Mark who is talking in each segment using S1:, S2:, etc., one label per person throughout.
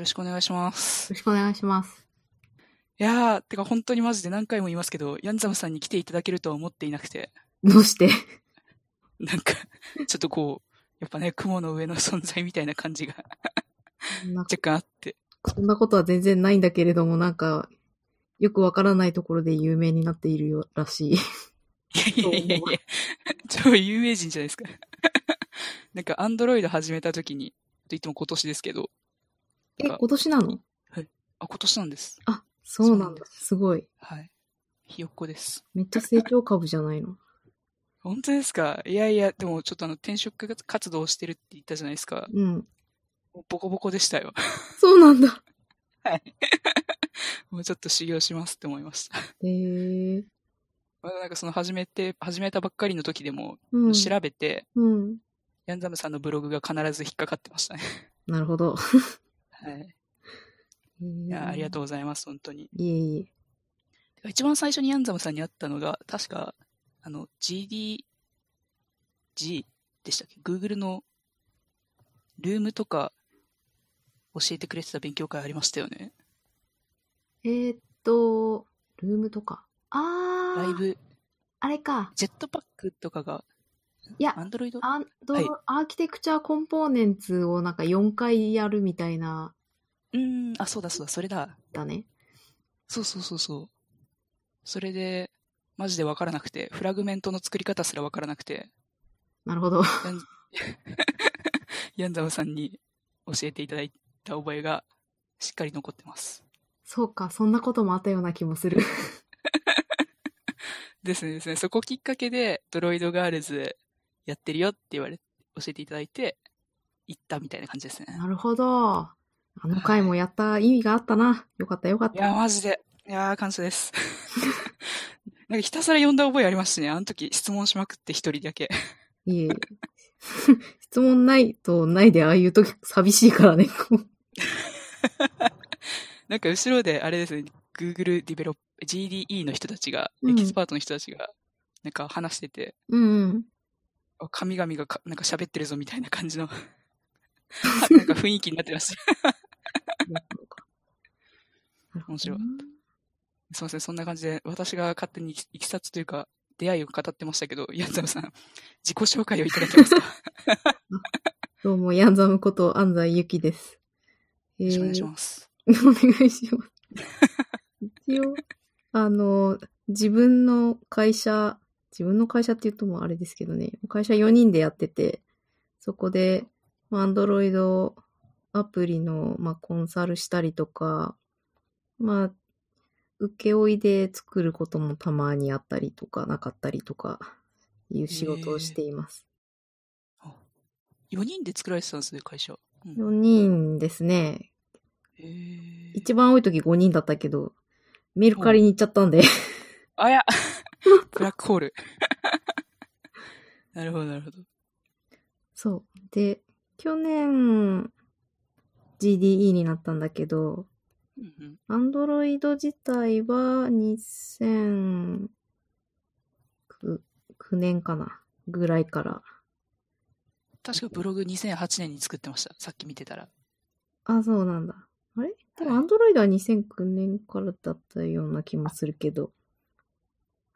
S1: ろしくお願いします。
S2: ろしくお願いします。
S1: いやー、てか本当にマジで何回も言いますけど、ヤンザムさんに来ていただけるとは思っていなくて、
S2: どうして
S1: なんか、ちょっとこう、やっぱね、雲の上の存在みたいな感じが
S2: そんな
S1: 若干あって。
S2: そんなことは全然ないんだけれども、なんか、よくわからないところで有名になっているよらしい。
S1: いやいやいやいや、超有名人じゃないですか。 なんか、アンドロイド始めた時に、といっても今年ですけど、
S2: え、今年なの
S1: あ、今年なんです。
S2: あ、そうなんだ。すごい。
S1: はい。ひよっこです。
S2: めっちゃ成長株じゃないの。
S1: 本当ですかいやいや、でもちょっとあの、転職活動してるって言ったじゃないですか。
S2: うん。
S1: もうボコボコでしたよ。
S2: そうなんだ。
S1: もうちょっと修行しますって思いました。
S2: へえー。
S1: まあなんかその始めて、始めたばっかりの時でも、
S2: うん。
S1: 調べて、
S2: うん。
S1: ヤンザムさんのブログが必ず引っかかってま したね。
S2: なるほど。
S1: はい。
S2: い
S1: いや、ありが
S2: う。
S1: とうございます、本当に。
S2: いえいえ。
S1: てか一番最初にヤンザムさんに会ったのが、確か、あの、GDG でしたっけ ?Google のルームとか教えてくれてた勉強会ありましたよね。
S2: えーっと、ルームとか。あー。
S1: ライブ、
S2: あれか。
S1: ジェットパックとかが、
S2: いや
S1: アンドロイド
S2: アンド
S1: はい
S2: アーキテクチャコンポーネンツをなんか4回やるみたいな、
S1: うーん、あ、そうだそうだ、それだ。
S2: だね。
S1: そうそうそうそう。それで、マジで分からなくて、フラグメントの作り方すら分からなくて、
S2: なるほど。
S1: ヤンヤンザムさんに教えていただいた覚えがしっかり残ってます。
S2: そうか、そんなこともあったような気も する。
S1: ですねですね。そこきっかけで、ドロイドガールズやってるよって言われ、教えていただいて、行ったみたいな感じですね。
S2: なるほど。あの回もやった意味があったな。よかったよかっ
S1: いやー、
S2: た。
S1: マジで。いやー、感謝です。 なんかひたすら呼んだ覚えありますね。あの時質問しまくって一人だけ。
S2: いえいえ。 質問ないとないでああいう時寂しいか らね。
S1: なんか後ろで、あれですね、Google ディベロップ、GDE の人たちが、
S2: うん
S1: エキスパートの人たちが、なんか話してて、
S2: うんうん。
S1: あ神々がかなんか喋ってるぞみたいな感じ の、なんか雰囲気になってました。面白いすいません、そんな感じで、私が勝手にいきいきさつというか、出会いを語ってましたけど、ヤンザムさん、自己紹介をいただけますかよ
S2: どうも、ヤンザムこと安西ゆきです。よ
S1: ろしくお願いします。
S2: お願いします。一応、あの、自分の会社、自分の会社って言うともうあれですけどね、会社4人でやってて、そこで、アンドロイドアプリの、まあ、コンサルしたりとか、まあ、請負いで作ることもたまにあったりとか、なかったりとか、いう仕事をしています。
S1: 4人で作られてたんですね、会社。うん
S2: 4人ですね。
S1: へー
S2: 一番多い時5人だったけど、メルカリに行っちゃったんで、
S1: あや ブラックホール。 なるほど、なるほど。
S2: そう。で、去年、GDE になったんだけど、
S1: うんうん
S2: Android 自体は2009年かなぐらいから。
S1: 確かブログ2008年に作ってました。さっき見てたら。
S2: あ、そうなんだ。あれでも
S1: はい
S2: Android は2009年からだったような気もするけど。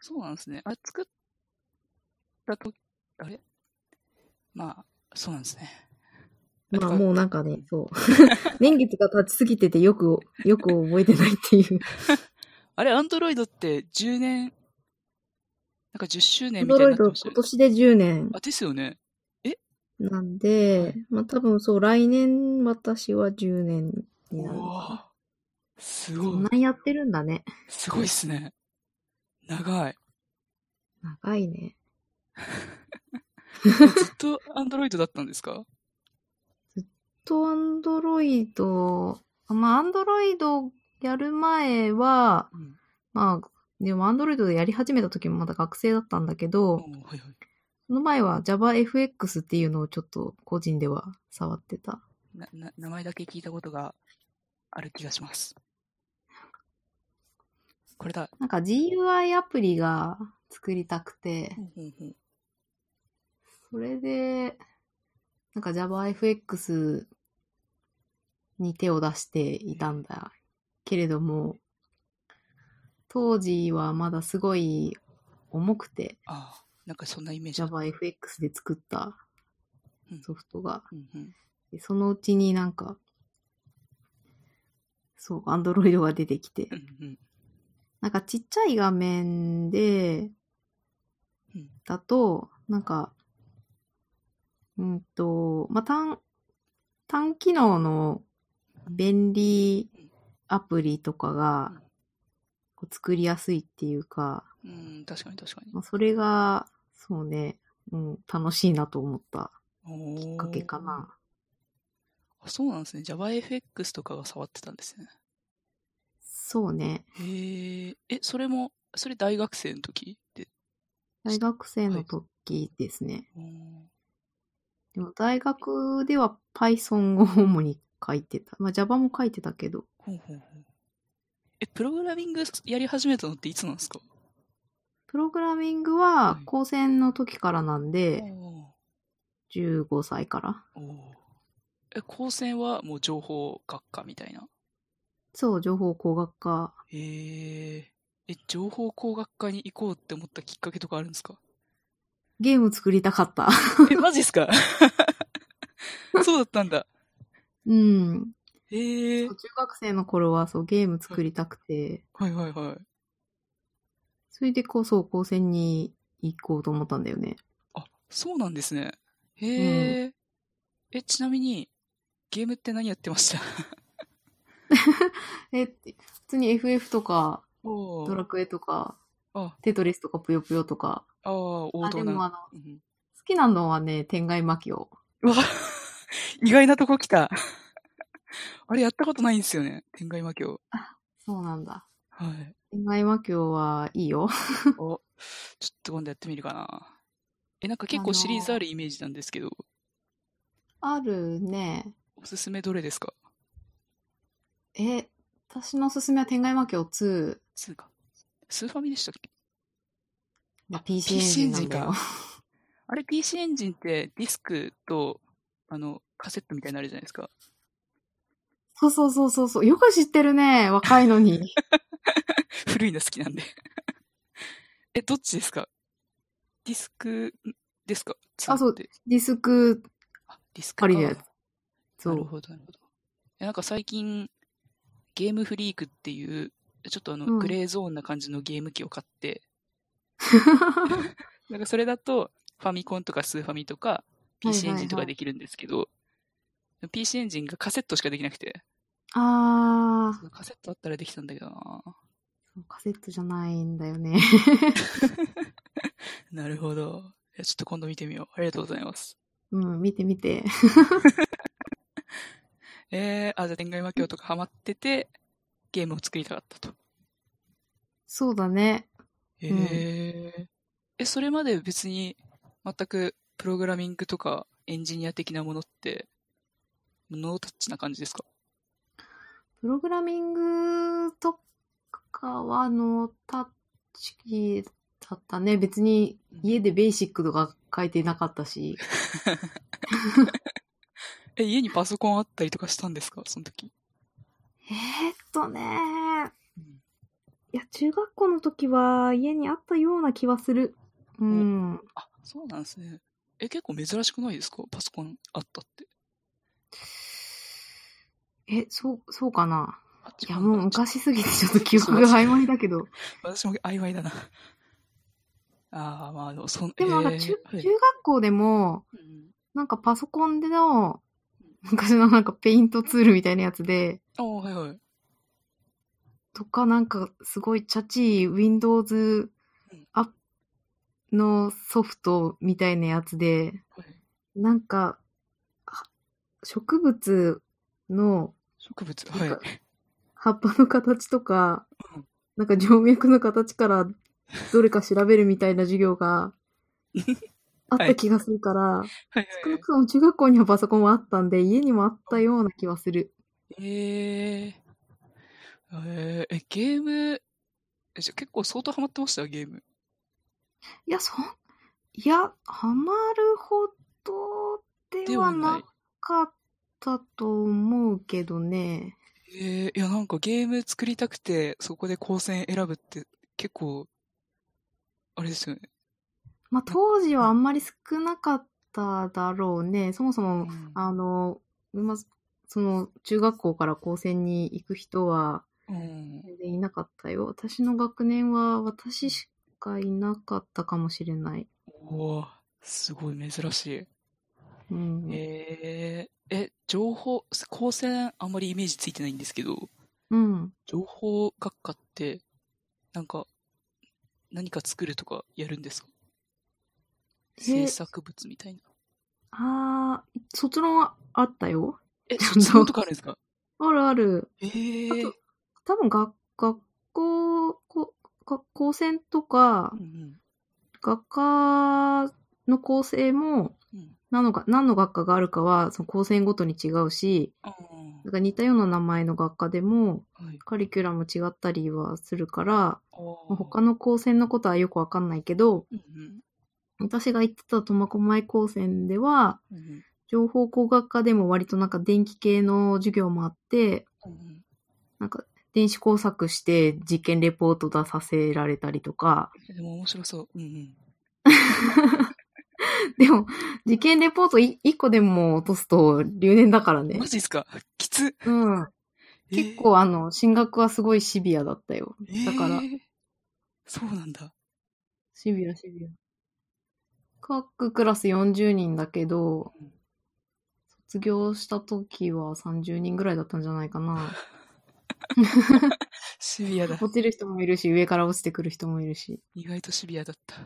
S1: そうなんですね。あれ、作ったと、あれまあ、そうなんですね。あ
S2: まあ
S1: てか
S2: もうなんかね、そう。 年月が経ちすぎててよく、よく覚えてないっていう。
S1: あれ、アンドロイドって10年、なんか10周年みたいになって
S2: Android
S1: ましたよ
S2: 今
S1: ね。
S2: 年で10年
S1: あ、ですよね。
S2: なんで、
S1: はい
S2: まあ多分そう、来年私は10年になる。
S1: うわぁす
S2: そん
S1: ごい
S2: な。んやってるんだね。
S1: すごいっすね。 長い。
S2: 長いね。
S1: ずっとアンドロイドだったんですか
S2: と、アンドロイド、まあアンドロイドやる前は、
S1: うん。
S2: まあ、でもアンドロイドでやり始めた時もまだ学生だったんだけ
S1: お
S2: ど、
S1: ーはいはい。
S2: その前は JavaFX っていうのをちょっと個人では触ってた。
S1: な、な、名前だけ聞いたことがある気がします。これだ。
S2: なんか GUI アプリが作りたくて、それで、なんか JavaFX に手を出していたんだけれども、当時はまだすごい重くて、
S1: ああ、なんかそんなイメージだ。
S2: JavaFX で作った
S1: うん
S2: ソフトが、
S1: うんうん。
S2: でそのうちになんか、そう、Android が出てきて
S1: う、んうん。
S2: なんかちっちゃい画面で
S1: うん、
S2: だと、なんか、うんと、まあ、単、単機能の便利アプリとかが
S1: うん
S2: こう作りやすいっていうか、
S1: うん、確かに確かに。
S2: まあ、それが、そうね、うん、楽しいなと思った
S1: お
S2: き
S1: ー
S2: っかけかな。
S1: あそうなんですね。JavaFX とかが触ってたんですね。
S2: そうね。
S1: へえ。え、それも、それ大学生の時で。
S2: 大学生の時ですね。
S1: おー
S2: でも大学では Python を主に書いてた。まあ Java も書いてたけど、
S1: ほうほうほう。え、プログラミングやり始めたのっていつなんですか
S2: プログラミング
S1: は
S2: はい高専の時からなん
S1: お
S2: で、
S1: ー
S2: 15歳から。
S1: おーえ、高専はもう情報学科みたいな。
S2: そう、情報工学科。
S1: へえ。え、情報工学科に行こうって思ったきっかけとかあるんです か
S2: ゲーム作りたかった。
S1: え、マジっすか そうだったんだ。
S2: うん。
S1: へえ
S2: 中。学生の頃はそう、ゲーム作りたくて、
S1: はいはいはい。
S2: それでこう、そう、高専に行こうと思ったんだよね。
S1: あ、そうなんですね。へえ、え、ちなみに、ゲームって何やってました
S2: え、普通に FF とか、
S1: お
S2: ドラ
S1: ー
S2: クエとか、
S1: あ、
S2: テトリスとか、ぷよぷよとか。
S1: あー王
S2: あ、
S1: 道
S2: でも
S1: な。
S2: あの、好
S1: うん
S2: きなのはね、天外魔境。
S1: うわ、 意外なとこ来た。 あれやったことないんですよね。天外魔境。
S2: そうなんだ。
S1: はい。
S2: 天外魔境はいいよ。
S1: お、ちょっと今度やってみるかな。え、なんか結構シリーズあるイメージなんですけど、
S2: あるね。
S1: おすすめどれですか
S2: え、私のおすすめは天外魔境2。
S1: スーか。スーファミでしたっけ
S2: まあ、
S1: PC
S2: PC エンジンなんだよ。
S1: あれ PC エンジンってディスクと、あの、カセットみたいになのあるじゃないですか。
S2: そうそうそうそうそう。よく知ってるね。若いの に。
S1: 古いの好きなんで。 え、どっちですかディスクんですか
S2: あそう
S1: ツーって
S2: ディスク
S1: あディスクか
S2: 借りるやつ。そ
S1: なる
S2: う。
S1: ほど、なるほど。えなんか最近、ゲームフリークっていう、ちょっとあの、
S2: うん
S1: グレーゾーンな感じのゲーム機を買って、なんかそれだと、ファミコンとかスーファミとか、PC エ
S2: はいはいはい
S1: ンジンとかできるんですけど、PC エンジンがカセットしかできなくて、
S2: あ
S1: カセットあったらできたんだけどな
S2: ー、カセットじゃないんだよね。
S1: なるほど。いやちょっと今度見てみよう。ありがとうございます。
S2: うん、見て見て。
S1: えー、あ、じゃあ天外魔境とかハマってて、ゲームを作りたかったと。
S2: そうだね。
S1: え
S2: ん
S1: ーえ、それまで別に全くプログラミングとかエンジニア的なものって、ノータッチな感じですか
S2: プログラミングとかはのタッチだったね。別に家でベーシックとか書いてなかったし。
S1: え、家にパソコンあったりとかしたんですかその時。
S2: えー、っとね
S1: うん
S2: いや、中学校の時は家にあったような気はする。うん。
S1: あ、そうなんですね。え、結構珍しくないですかパソコンあったって。
S2: え、そう、そうかな。
S1: あ
S2: いや、も
S1: 違
S2: う。
S1: か
S2: 昔すぎてちょっと記憶が曖昧だけど。
S1: 私も曖昧だな。 ああ、まあ、でもそん
S2: でもなんか
S1: えー
S2: 中、
S1: はい
S2: 中学校でも、
S1: うん
S2: なんかパソコンでの、昔のなんかペイントツールみたいなやつで、
S1: ああ、はいはい。
S2: とかなんかすごいチャチい Windows
S1: ん
S2: アップのソフトみたいなやつで、
S1: はい
S2: なんか、は植物の
S1: 植物、はい。
S2: なんか葉っぱの形とか
S1: うん、
S2: なんか静脈の形からどれか調べるみたいな授 業があった気がするから、
S1: はい
S2: 少なくとも中学校にはパソコンはあったんで、家にもあったような気はする。
S1: えー、えーえ、ゲーム、えじゃあ結構相当ハマってましたゲーム。
S2: いや、そん、いや、ハマるほどではなかったと思うけどね。
S1: えー、いや、なんかゲーム作りたくて、そこで高専選ぶって、結構、あれですよね。
S2: まあ、当時はあんまり少なかっただろうね。そもそも、あの、まあ、その、中学校から高専に行く人は、
S1: うん。
S2: 全然いなかったよ。私の学年は私しかいなかったかもしれない。
S1: おーすごい珍しい。
S2: うん。
S1: えー、え、情報、高専あんまりイメージついてないんですけど、
S2: うん。
S1: 情報学科って、なんか、何か作るとかやるんですか
S2: え
S1: 制作物みたいな。
S2: あー、卒論はあったよ。
S1: え、
S2: ちょっ
S1: そ
S2: と
S1: んなとかあるんですか
S2: あるある。
S1: えー
S2: あ。多分学、学校、こ学校選とか
S1: う、ん
S2: 学科の構成も、
S1: うん。うん。
S2: 何のが何の学科があるかは、その高専ごとに違うし、
S1: あ
S2: なんか似たような名前の学科でも、
S1: あ。はい。
S2: カリキュラム違ったりはするから、
S1: あー
S2: まあ他の高専のことはよくわかんないけど、
S1: うんうん
S2: 私が行ってた苫小牧高専では、
S1: うんうん。
S2: 情報工学科でも割となんか電気系の授業もあって、
S1: うんうん
S2: なんか電子工作して実験レポート出させられたりとか、
S1: えでも面白そう。うんうん。
S2: でも、実験レポートい1個でも落とすと留年だからね
S1: マ。ジですか きつ。
S2: うん。結構あの、進学はすごいシビアだったよ。
S1: えー、
S2: だから
S1: えーそうなんだ。
S2: シビア、シビア。各クラス40人だけど、卒業した時は30人ぐらいだったんじゃない かな。
S1: シビアだ。
S2: 落ちる人もいるし、上から落ちてくる人もいるし。
S1: 意外とシビアだった。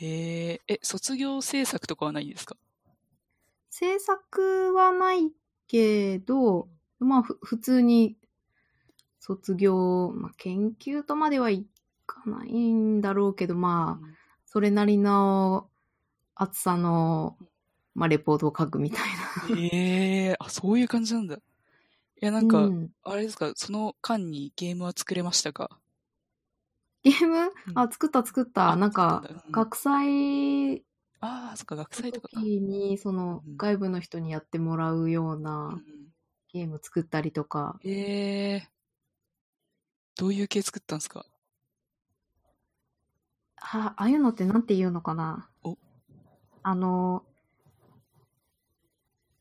S1: えー、え、卒業制作とかはないんですか
S2: 制作はないけど、まあ、ふ普通に卒業、まあ、研究とまではいかないんだろうけど、まあ、それなりの厚さの、まあ、レポートを書くみたい
S1: えー、あ、そういう感じなんだ。いや、
S2: な。
S1: なんか、
S2: うん
S1: あれですか、その間にゲームは作れましたか
S2: ゲーム
S1: う
S2: あ、作った作った。なんか、、
S1: 作っただうん
S2: 学祭
S1: ああ、そっか、学
S2: の
S1: 祭とかか。
S2: 時に、その
S1: うん、
S2: 外部の人にやってもらうよう
S1: うんう
S2: なんゲーム作ったりとか、
S1: えー、どういう系作ったんですか
S2: あ、ああいうのってなんて言うのかな
S1: お
S2: あの、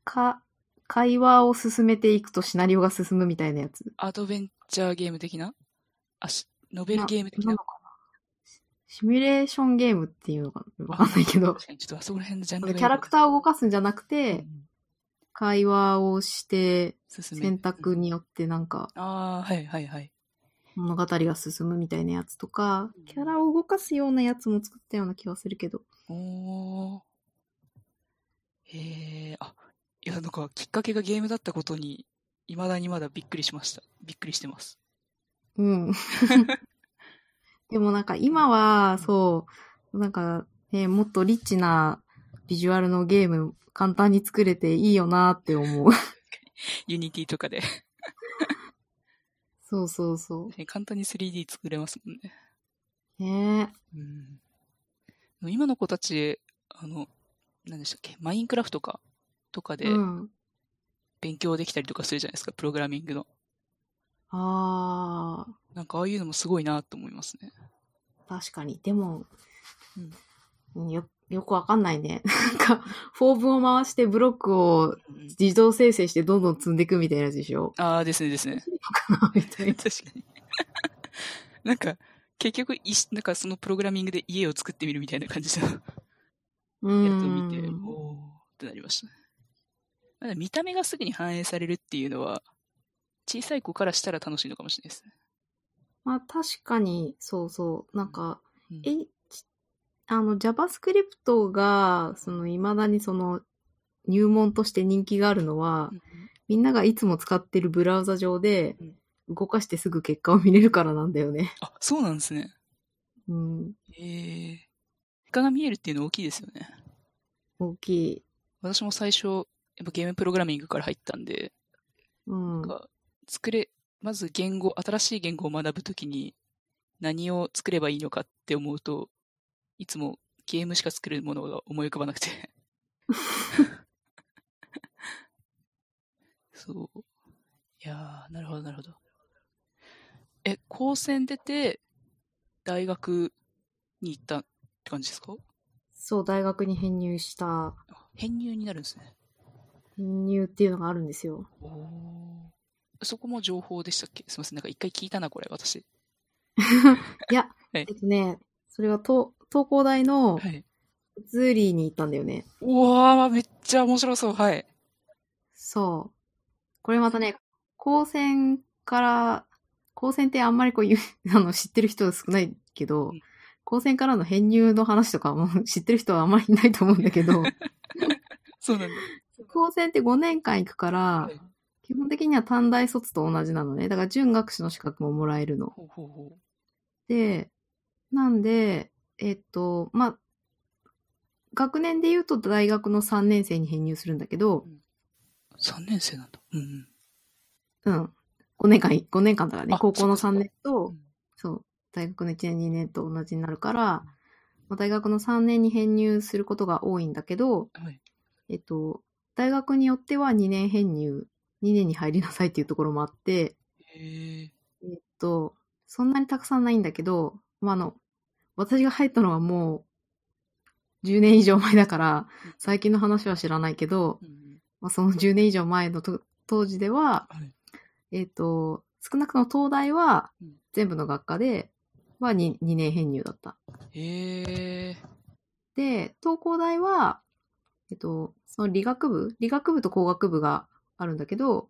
S2: か、会話を進めていくとシナリオが進むみたいなやつ。
S1: アドベンチャーゲーム的なあし、ノベルゲーム的な
S2: なのかなシミュレーションゲームっていうのかなわかんないけど。
S1: 確かに、ちょっとあそこら辺のジャン
S2: キ
S1: ルが
S2: ャラクターを動かすんじゃなくて
S1: う、ん
S2: 会話をして、
S1: 進め
S2: 選択
S1: うん
S2: によってなんか
S1: ああ、はいはいはい。
S2: 物語が進むみたいなやつとか
S1: うん、
S2: キャラを動かすようなやつも作ったような気はするけど。
S1: おー。へえ、あ、いや、なんか、きっかけがゲームだったことに、いまだにまだびっくりしました。びっくりしてます。
S2: うん。 でもなんか今は、そう、なんかね、もっとリッチなビジュアルのゲーム簡単に作れていいよなって思う。
S1: ユニティと かで。
S2: そうそうそ
S1: 簡単に 3D 作れますもんね。
S2: う。ね
S1: うん。でも今の子たち、あの、何でしたっけ、マインクラフトか、とか
S2: え。
S1: で
S2: うん。
S1: 勉強できたりとかするじゃないですか、プログラミングの。
S2: あ
S1: なんか、ああいうのもすごいなと思いますね。
S2: ー、確かに。でも、
S1: うん
S2: うんよ、よくわかんないね。 なんか、フォームを回してブロックを
S1: うん
S2: 自動生成してどんどん積んでいくみたいなやつでしょ
S1: ああ、ですねですね。
S2: みたいな。
S1: 確かに。 なんか、結局、いしなんかそのプログラミングで家を作ってみるみたいな感じのや
S2: う
S1: つを見て、
S2: ん。
S1: おーってなりましたね。まだ見た目がすぐに反映されるっていうのは、小さい子からしたら楽しいのかもしれないですね。
S2: まあ確かに、そうそう。なんか、
S1: うん
S2: え、ちあの、JavaScript が、その、未だにその、入門として人気があるのは、みんながいつも使ってるブラウザ上で
S1: うん、
S2: 動かしてすぐ結果を見れるからなんだよね。
S1: あ、そうなんですね。
S2: うん。
S1: えー。結果が見えるっていうの大きいですよね。
S2: 大きい。
S1: 私も最初、やっぱゲームプログラミングから入ったんで、
S2: うん。
S1: なんか作れ、まず言語、新しい言語を学ぶときに何を作ればいいのかって思うと、いつもゲームしか作るものが思い浮かばなくて。そう。いやー、なるほど、なるほど。え、高専出て、大学に行ったって感じですか
S2: そう、大学に編入した、
S1: あ編入になるんですね。
S2: 編入っていうのがあるんですよ。
S1: おそこも情報でしたっけすみません、なんか一回聞いたな、これ、私。
S2: いや、
S1: はい
S2: えっとね、それは東東工大の
S1: はい。
S2: ズーリーに行ったんだよね。
S1: うわー、めっちゃ面白そう。はい。
S2: そう。これまたね、高専から、高専ってあんまりこう言う、あの、知ってる人少ないけど
S1: うん、
S2: 高専からの編入の話とかも知ってる人はあんまりいないと思うんだ けど、
S1: そうなんだ。
S2: 高専って5年間行くから
S1: はい、
S2: 基本的には短大卒と同じなのね。だから準学士の資格ももらえるの。
S1: ほうほうほ
S2: で、なんで、えっと、まあ、学年で言うと大学の3年生に編入するんだけ
S1: う。
S2: ど、
S1: 3年生なんだ。うんうん。
S2: うん。5年間、5年間だからね
S1: あ、
S2: 高校の
S1: そっ
S2: 3
S1: かそっか
S2: 年と、そう、大学の1年、2年と同じになるから、まあ、大学の3年に編入することが多いんだけど、
S1: はい。
S2: えっと、大学によっては2年編入、2年に入りなさいっていうところもあって、
S1: へえ。
S2: えっと、そんなにたくさんないんだけど、まあ、あの、私が入ったのはもう、10年以上前だから
S1: うん、
S2: 最近の話は知らないけど
S1: う、んうん。
S2: まあ、その10年以上前のと当時では、
S1: はい。
S2: えっと、少なくとも東大は
S1: うん、
S2: 全部の学科で、は 2, 2年編入だった。
S1: へえ。
S2: で、東工大は、えっと、その理学部理学部と工学部があるんだけど、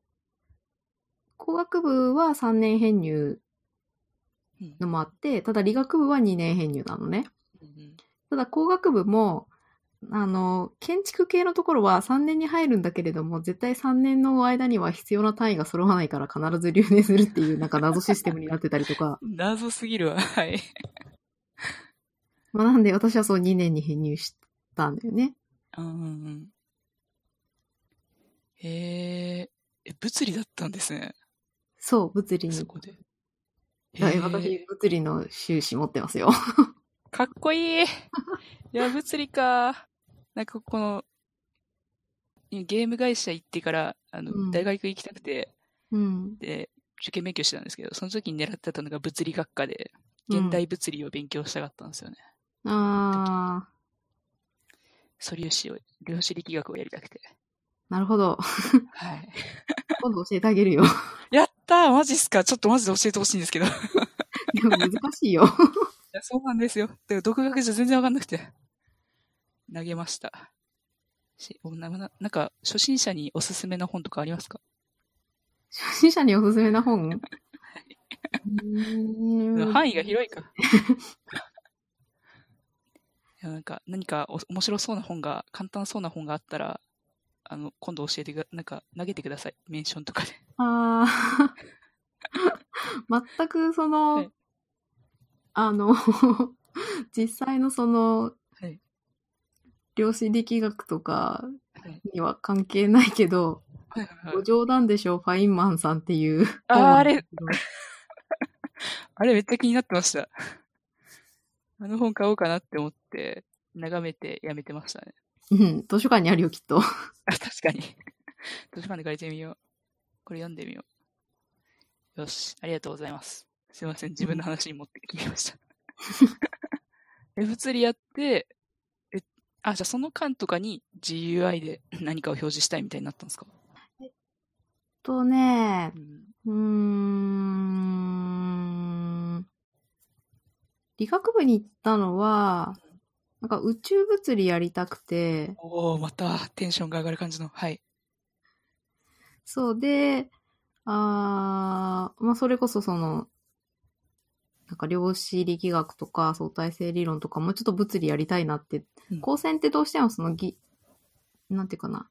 S2: 工学部は3年編入
S1: うん
S2: のもあって、ただ理学部は2年編入なのね。
S1: うん、
S2: ただ工学部も、あの、建築系のところは3年に入るんだけれども、絶対3年の間には必要な単位が揃わないから必ず留年するっていうなんか謎システムになってたりとか
S1: 謎すぎるわ。はい。
S2: まあなんで私はそう2年に編入したんだよね。
S1: うんうんうん。へえ。え、物理だったんですね。
S2: そう、物理に。
S1: そこで。
S2: いや
S1: へえ
S2: 私、物理の修士持ってますよ。
S1: かっこ いい。いや、物理か。なんかこの、ゲーム会社行ってから、あの、
S2: うん
S1: 大学行きたくて、
S2: うん。
S1: で、受験勉強してたんですけど、その時に狙ってたのが物理学科で、現代物理を勉強したかったんですよね。
S2: うん。あ
S1: 素粒子を、量子力学をやりたくて。
S2: ー、なるほど。
S1: はい。
S2: 今度教えてあげるよ。
S1: やったーマジっすかちょっとマジで教えてほしいんですけど。い
S2: でも難しいよ。
S1: や、そうなんですよ。でも独学じゃ全然わかんなくて。投げました。し、おなななんか、初心者におすすめの本とかありますか
S2: 初心者におすすめな 本うーん
S1: 範囲が 広いか。いやなんか何かお面白そうな本が、簡単そうな本があったら、あの、今度教えてくだ、なんか投げてください。メンションとかで。
S2: ああ、 全くその、
S1: はい
S2: あの、 実際のその、
S1: はい
S2: 量子力学とか
S1: はい。
S2: には関係ないけど、
S1: はいはいは
S2: ご
S1: い、
S2: 冗談でしょう、ファインマンさんっていう。
S1: あーあれ、
S2: 本なんだ
S1: あれめっちゃ気になってました。あの本買おうかなって思って、眺めてやめてましたね。
S2: けどうん、図書館にあるよ、きっと。
S1: あ 確かに。図書館で借りてみよう。これ読んでみよう。よし、ありがとうございます。すいません、自分の話に持ってきま した。え、物理やって、え、あ、じゃあその間とかに GUI で 何かを表示したいみたいになったんですか
S2: とね
S1: う、ん。
S2: うーん、理学部に行ったのは、なんか宇宙物理やりたくて、
S1: おー、またテンションが上がる感じの。はい。
S2: そうで、あーまあ、それこそその、なんか量子力学とか相対性理論とかもうちょっと物理やりたいなって
S1: うん、
S2: 高専ってどうしてもそのぎ、なんていうかな、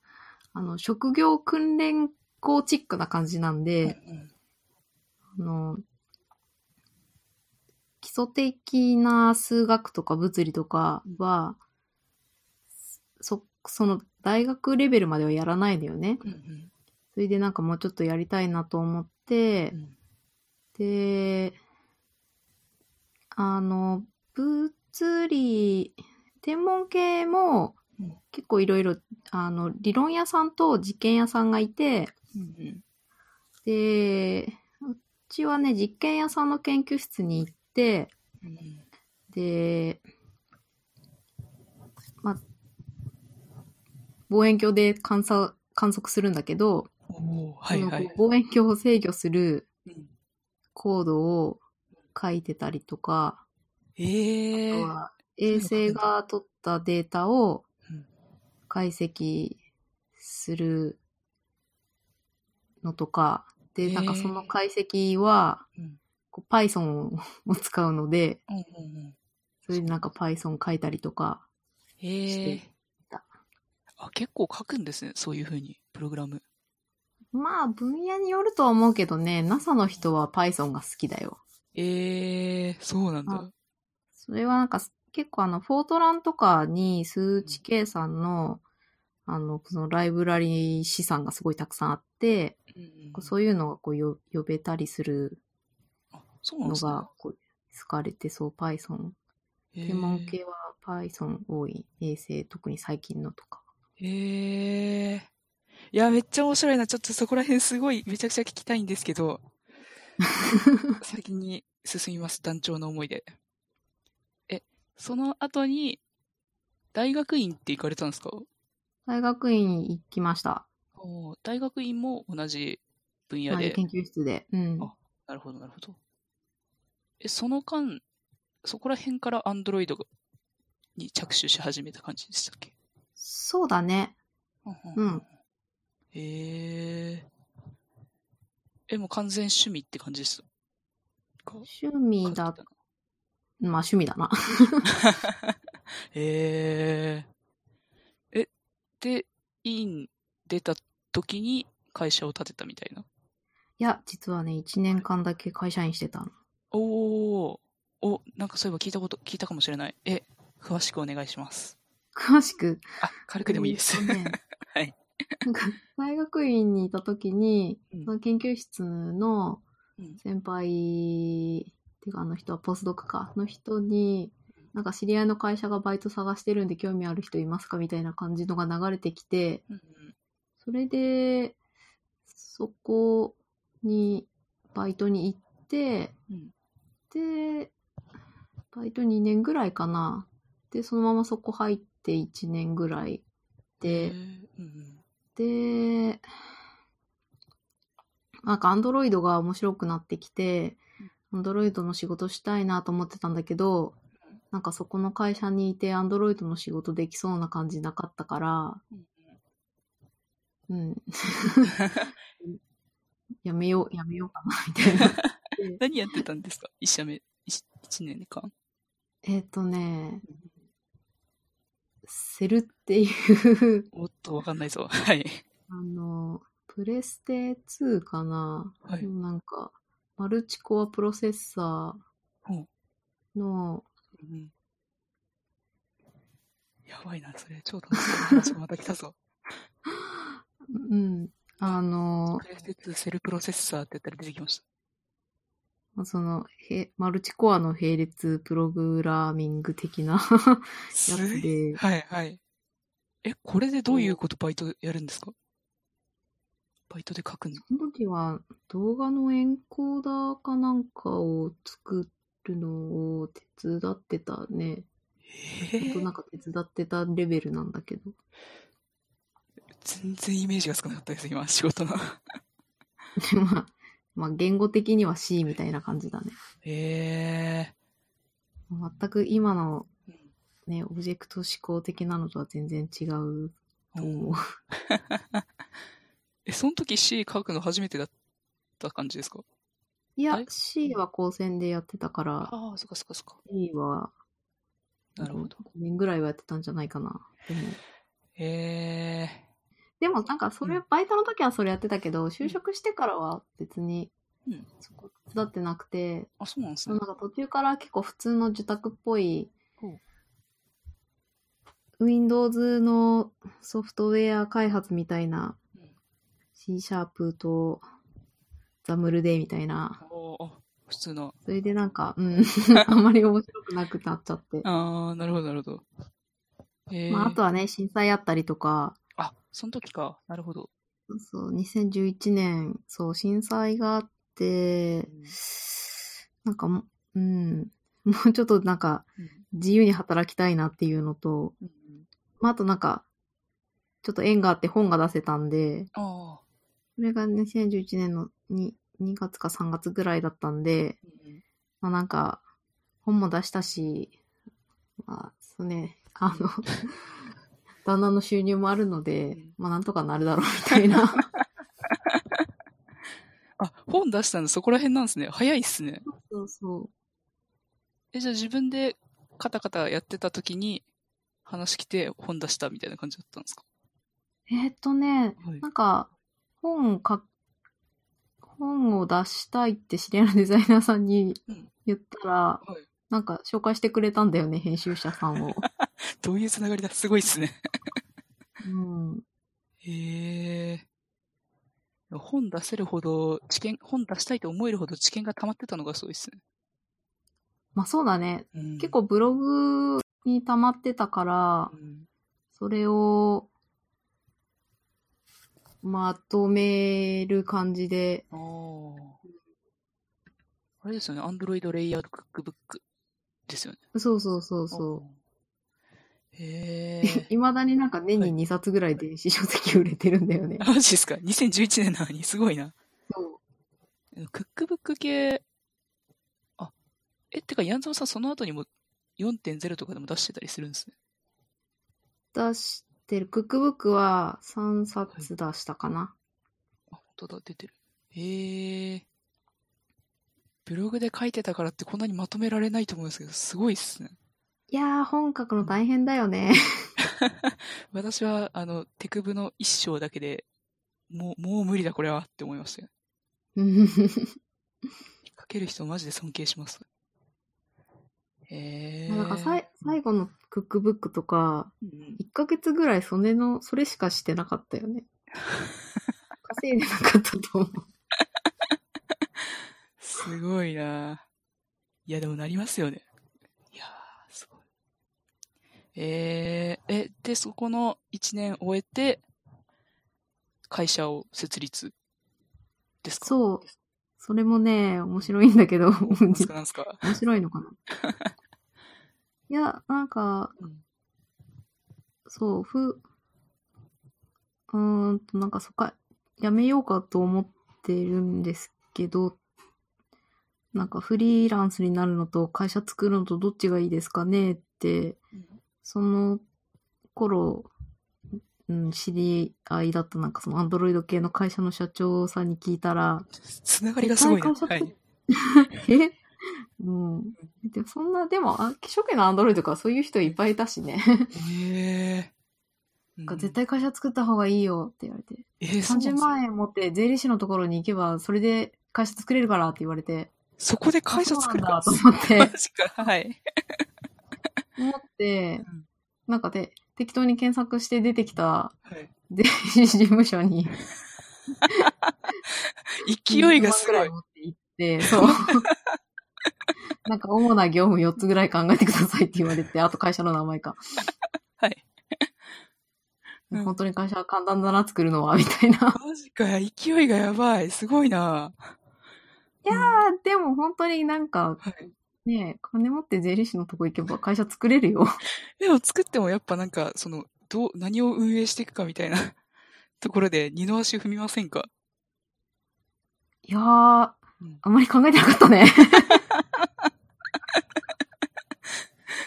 S2: あの、職業訓練校チックな感じなん
S1: うん
S2: で、あの、基礎的な数学とか物理とかは、そ、その大学レベルまではやらないのよね。
S1: うん。うん
S2: それでなんかもうちょっとやりたいなと思って
S1: う、ん。
S2: で、あの、物理、天文系も
S1: うん
S2: 結構いろいろ、あの、理論屋さんと実験屋さんがいて、
S1: うんうん。
S2: で、うちはね、実験屋さんの研究室に行って、
S1: うん
S2: で、まあ、望遠鏡で観察観測するんだけど、
S1: おーはい
S2: その
S1: はい。
S2: こう望遠鏡を制御する
S1: うん
S2: コードを書いてたりとか、
S1: ええ
S2: あとは衛星が取ったデータを
S1: うん
S2: 解析するのとか、で、なんか
S1: へえ
S2: その解析は、
S1: うん
S2: こう Python をを使うので、
S1: うんうんうん。
S2: それでなんか Python 書いたりとか、
S1: ええ
S2: してた
S1: あ、結構書くんですね。そういうふうに、プログラム。
S2: まあ分野によるとは思うけどね、NASA の人は Python が好きだよ。
S1: ええそうなんだ
S2: あ。それはなんか結構あの、フォートランとかに数値計算の、あの、そのライブラリ資産がすごいたくさんあって、
S1: うんうん
S2: こうそういうのがこうよ呼べたりする
S1: あそうなん
S2: の
S1: ですね
S2: がこう好かれてそう、Python。
S1: え
S2: 天文
S1: え
S2: 系は Python 多い、衛星、特に最近のとか。
S1: ええいや、めっちゃ面白いな。ちょっとそこら辺すごい、めちゃくちゃ聞きたいんですけ ど、先に進みます。団長の思いで。え、その後に、大学院って行かれたんですか
S2: 大学院行きました。
S1: おー大学院も同じ分野
S2: まあ
S1: で。
S2: 研究室で。うん。
S1: あなるほど、なるほど。え、その間、そこら辺からアンドロイドに着手し始めた感じでしたっけ
S2: そうだね。うん。
S1: へえ。え、もう完全趣味って感じですか
S2: 趣味だ。まあ趣味だな。
S1: へえ。え、で、院出た時に会社を建てたみたいな。
S2: いや、実はね、1年間だけ会社員してたの。
S1: おーお、なんかそういえば聞いたこと、聞いたかもしれない。え、詳しくお願いします。
S2: 詳しく。
S1: あ、軽くでもいいです
S2: えー。とね
S1: はい。
S2: なんか、大学院にいた時に、
S1: うん
S2: その研究室の
S1: うん
S2: 先輩、っていうかあの人はポスドクか、の人に、なんか知り合いの会社がバイト探してるんで興味ある人いますかみたいな感じのが流れてきて、
S1: うん
S2: それで、そこに、バイトに行って、
S1: うん
S2: で、バイト2年ぐらいかな。で、そのままそこ入って1年ぐらい
S1: へ
S2: で
S1: ー、うん
S2: で、なんかアンドロイドが面白くなってきて、アンドロイドの仕事したいなと思ってたんだけど、なんかそこの会社にいてアンドロイドの仕事できそうな感じなかったから、
S1: うん
S2: うん。やめよう、やめようかな、みたいな。で
S1: 何やってたんですか一社目、一一年間。
S2: えっ、とね、セルっていう、
S1: おっと、わかんないぞ。 はい。
S2: あの、プレステ2かな
S1: はい。
S2: のなんか、マルチコアプロセッサ
S1: ほ
S2: ーの、
S1: うんやばいな、それ。超楽しそうな話がまた来たぞ。
S2: うん、あの
S1: プ、レステ2セルプロセッサーって言ったら出てきました。
S2: その、へマルチコアの並列プログラミング的な や
S1: す
S2: つ
S1: い
S2: で、
S1: はい、はい。え、これでどういうことバイトやるんですかバイトで書くの
S2: その時は動画のエンコーダーかなんかを作るのを手伝ってたね。
S1: え
S2: ほんと
S1: ー
S2: なんか手伝ってたレベルなんだけど。
S1: 全然イメージが少なかったです、今、仕事の。
S2: でまあ、まあ言語的には C みたいな感じだね。
S1: え
S2: 全く今の
S1: ー。
S2: ね、オブジェクト思考的なのとは全然違うと思う。
S1: え、その時 C 書くの初めてだった感じですか
S2: い
S1: あ
S2: や
S1: れ、
S2: C は高専でやってたから、
S1: ああ、そっかそっかそっか。
S2: C は
S1: なるほど。
S2: 5年ぐらいはやってたんじゃないかな。でも、
S1: ええ
S2: でもなんかそれ、
S1: うん
S2: バイトの時はそれやってたけど、就職してからは別に
S1: うん、
S2: そこ手伝ってなくて、
S1: あ、そうなんです
S2: なん
S1: ね。
S2: か途中から結構普通の受託っぽい
S1: ほう、
S2: Windows のソフトウェア開発みたいな
S1: うん
S2: C シャープとザムルでみたいな。
S1: おーあ、普通の。
S2: それでなんか、うん、 あんまり面白くなくなっちゃって。
S1: ああ、なるほど、なるほど。ええ
S2: まあ、あとはね、震災あったりとか、
S1: あ、その時か。なるほど。
S2: そうそう、2011年、そう、震災があって、なんかも、うん、もうちょっとなんか、自由に働きたいなっていうのと、
S1: うん
S2: まあ、あとなんか、ちょっと縁があって本が出せたんで、
S1: ああ。
S2: それが2011年の 2, 2月か3月ぐらいだったんで、まあなんか、本も出したし、まあ、そうね、あ の、旦那の収入もあるので
S1: うん、
S2: まあなんとかなるだろうみたいな。
S1: あ、本出したのそこら辺なんですね。早いっすね。
S2: そうそう。
S1: え、じゃあ自分でカタカタやってた時に話来て本出したみたいな感じだったんですか
S2: えーっとね、
S1: はい
S2: なんか、本をか、本を出したいって知り合いのデザイナーさんに
S1: うん
S2: 言ったら、
S1: はい
S2: なんか紹介してくれたんだよね、編集者さんを。
S1: どういうつながりだすごいっすね。
S2: うん。
S1: へえ。本出せるほど知見、本出したいと思えるほど知見が溜まってたのがすごいっすね。
S2: まあそうだね。
S1: うん
S2: 結、構ブログに溜まってたから
S1: う、ん
S2: それを、まとめる感じで、
S1: ああ。あれですよね、アンドロイドレイヤードクックブックですよね。
S2: そうそうそうそう。
S1: う。へえ。
S2: いまだになんか年に2冊ぐらい電子書籍売れてるんだよね。
S1: マジですか ?2011 年なのに、すごいな。
S2: そう。
S1: クックブック系、あ、え、ってか、ヤンゾンさんその後にも4.0とかでも出してたりするんですね。
S2: 出してる、クックブックは3冊出したかな。
S1: あ、本当だ、出てる。へえ。ブログで書いてたからってこんなにまとめられないと思うんですけど、すごいっすね。
S2: いやー、本書くの大変だよね。
S1: 私は、あの、テクブの一章だけで、もう、もう無理だ、これはって思いましたよ。
S2: うん
S1: 書ける人マジで尊敬します。へえ。
S2: なんかさい最後のクックブックとか、
S1: うん
S2: 1ヶ月ぐらいそれの、それしかしてなかったよ ね。稼いでなかったと思う。
S1: すごいな。いや、でもなりますよね。いやー、すごい。えー、え、で、そこの1年終えて、会社を設立ですか
S2: そう。それもね、面白いんだけ
S1: な
S2: ど、
S1: んす
S2: 面
S1: かなんすか
S2: 白いのかな。いや、なんか、
S1: うん
S2: そう、ふ、うーんと、なんかそっか、やめようかと思ってるんですけど、なんかフリーランスになるのと会社作るのとどっちがいいですかねって、その頃、うん、知り合いだったなんかそのアンドロイド系の会社の社長さんに聞いたら、
S1: つながりがすごいな。
S2: 絶
S1: は
S2: 対会社
S1: い
S2: 作。 えうん。でもそんな、でも、あ初期のアンドロイドからそういう人いっぱいいたしね。
S1: えー。
S2: なんか絶対会社作った方がいいよって言われて。
S1: うん、えー、そうなん
S2: 30
S1: ですね
S2: 万円持って税理士のところに行けば、それで会社作れるからって言われて。
S1: そこで会社作るか
S2: あそうなんだと思
S1: マ、
S2: って
S1: ジか。はい。
S2: 思って
S1: ん、
S2: なんかで、適当に検索して出てきた
S1: はい
S2: 税理士事務所に、
S1: 勢いがすご
S2: 20万ぐら
S1: い
S2: 持。って行って、そう。 なんか主な業務4つぐらい考えてくださいって言われて、あと会社の名前か。
S1: はい。うん
S2: 本当に会社は簡単だな、作るのは、みた いな。
S1: マジか。勢いがやばい。すごいな。
S2: いやー、でも本当になんか、
S1: はい。
S2: ねえ、金持って税理士のとこ行けば会社作れるよ。
S1: でも作ってもやっぱなんか、その、どう、何を運営していくかみたいな ところで二の足踏みませんか
S2: いやー、
S1: うん
S2: あんまり考えてなかった ね。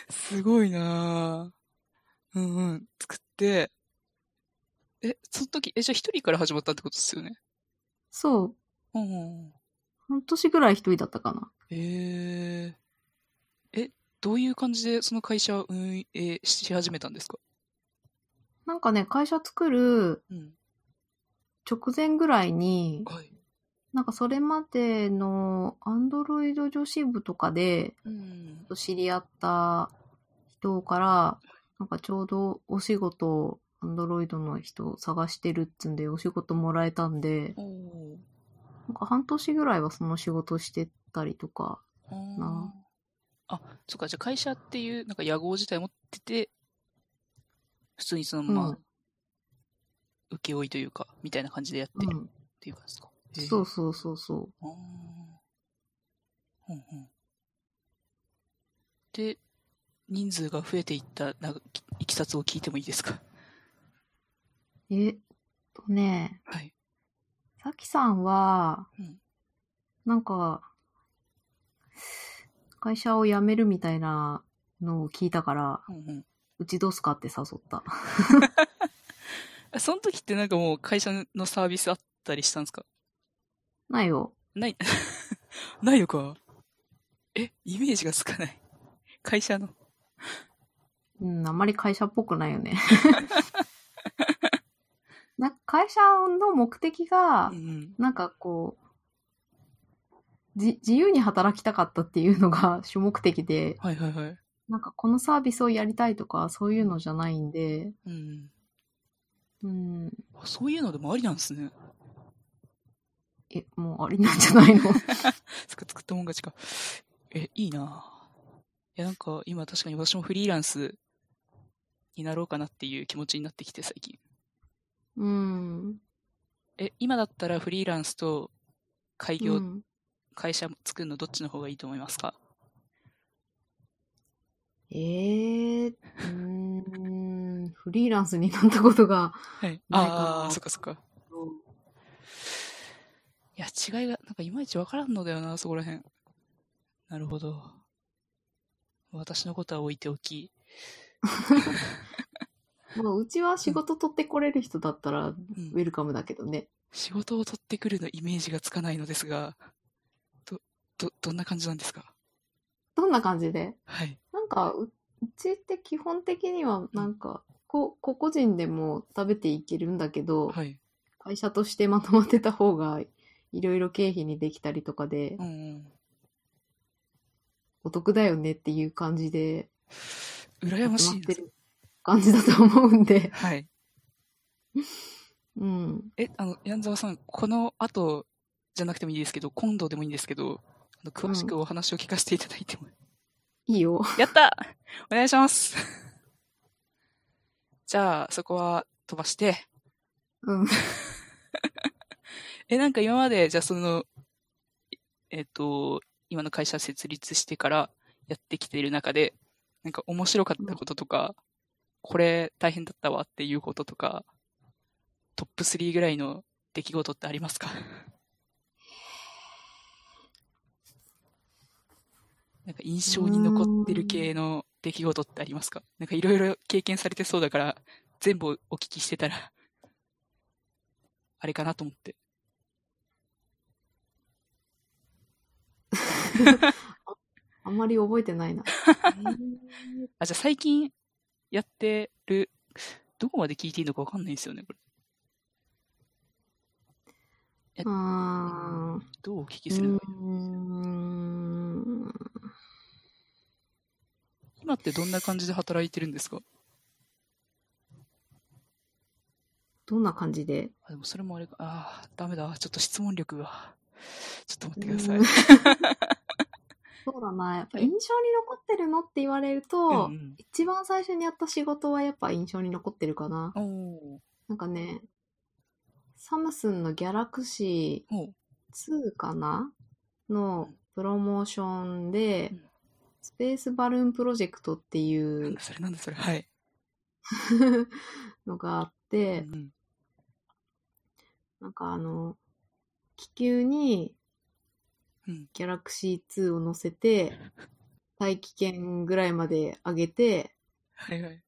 S1: すごいなぁ。うんうん。作って、え、その時、え、じゃあ一人から始まったってことですよね。
S2: そ
S1: う
S2: う。
S1: んうんうん。
S2: 半年ぐらい一人だったかな。
S1: えー、え、どういう感じでその会社を運営し始めたんですか
S2: なんかね、会社作る
S1: うん。
S2: 直前ぐらいに、
S1: はい。
S2: なんかそれまでのアンドロイド女子部とかで
S1: うん。
S2: 知り合った人から、なんかちょうどお仕事、アンドロイドの人を探してるっつんでお仕事もらえたんで、
S1: おお。
S2: なんか半年ぐらいはその仕事してたりとか、
S1: あ
S2: な
S1: あ。あ、そっか、じゃあ会社っていう、なんか野号自体持ってて、普通にそのまま、
S2: うん
S1: 請負いというか、みたいな感じでやってる
S2: うん。
S1: っていう感じですか。へえ
S2: そうそうそうそう。
S1: あーうんうん。で、人数が増えていったながきいきさつを聞いてもいいです か。
S2: えっとね、
S1: はい。
S2: さきさんは、
S1: うん
S2: なんか、会社を辞めるみたいなのを聞いたから、
S1: うんうん。
S2: うちどうすかって誘った。
S1: あその時ってなんかもう会社のサービスあったりしたんですか
S2: ないよ。
S1: ない、 ないのか。え、イメージがつかない。会社の。
S2: うん、あんまり会社っぽくない よね。なんか会社の目的が
S1: うん、うん。
S2: なんかこう、じ自由に働きたかったっていうのが主目的で、
S1: はいはいはい。
S2: なんかこのサービスをやりたいとかそういうのじゃないんで、
S1: うんうん。
S2: うん、
S1: あそういうのでもありなんですね。
S2: え、もうありなんじゃ ないの
S1: つく作ったもん勝ちか。え、いいなぁいや、なんか、今確かに私もフリーランスになろうかなっていう気持ちになってきて、最近。
S2: うん。
S1: え、今だったらフリーランスと開業、
S2: うん
S1: 会社作るのどっちの方がいいと思いますか
S2: えー、うーん、フリーランスになったことが、
S1: はい。
S2: ないかな
S1: ああ、そっかそっか。いや、違いが、なんかいまいちわからんのだよな、そこら辺。なるほど。私のことは置いておき。
S2: まあ、うちは仕事取ってこれる人だったら、ウ
S1: うん
S2: ェルカムだけどね。
S1: 仕事を取ってくるのイメージがつかないのですが、ど、ど、どんな感じなんですか
S2: どんな感じで
S1: はい。
S2: なんかう、うちって基本的には、なんか、こ、個々人でも食べていけるんだけど、
S1: はい。
S2: 会社としてまとまってた方が、いろいろ経費にできたりとかで
S1: う、んうん。
S2: お得だよねっていう感じで、
S1: 羨ま
S2: ま
S1: し
S2: っ
S1: い
S2: て
S1: です。
S2: る感じだと思うんで、
S1: はい。
S2: うん。
S1: え、あの、ヤンザワさん、この後じゃなくてもいいですけど、今度でもいいんですけど、あの詳しくお話を聞かせていただいても。
S2: いいよ。
S1: やったお願いします じゃあ、そこは飛ばして。
S2: うん。
S1: え、なんか今まで、じゃあその、ええっと、今の会社設立してからやってきている中で、なんか面白かったこととか、これ大変だったわっていうこととか、トップ3ぐらいの出来事ってありますか なんか印象に残ってる系の出来事ってありますかなんかいろいろ経験されてそうだから、全部お聞きしてたら、あれかなと思って。
S2: あんまり覚えてないな。
S1: あ、じゃあ最近やってる、どこまで聞いていいのかわかんないんですよね、これ。
S2: うーん。
S1: どうお聞きするのがいいう
S2: ーん
S1: 今ってどんな感じで働いてるんですか
S2: どんな感じで
S1: あ、でもそれもあれか。ああ、ダメだ。ちょっと質問力が。ちょっと待ってください。
S2: うんそうだな。やっぱ印象に残ってるのって言われる
S1: う
S2: と、
S1: ん
S2: 一番最初にやった仕事はやっぱ印象に残ってるかな。
S1: うん、おー
S2: なんかね、サムスンのギャラクシ
S1: おう。
S2: ー2かなのプロモーションで
S1: うん、
S2: スペースバルーンプロジェクトってい
S1: なん
S2: う
S1: だそれなんだそれ。はい。
S2: のがあっ
S1: う
S2: て、
S1: ん
S2: なんかあの、気球に
S1: うん。
S2: ギャラクシー2を乗せて、大気圏ぐらいまで上げて、
S1: はいはい。。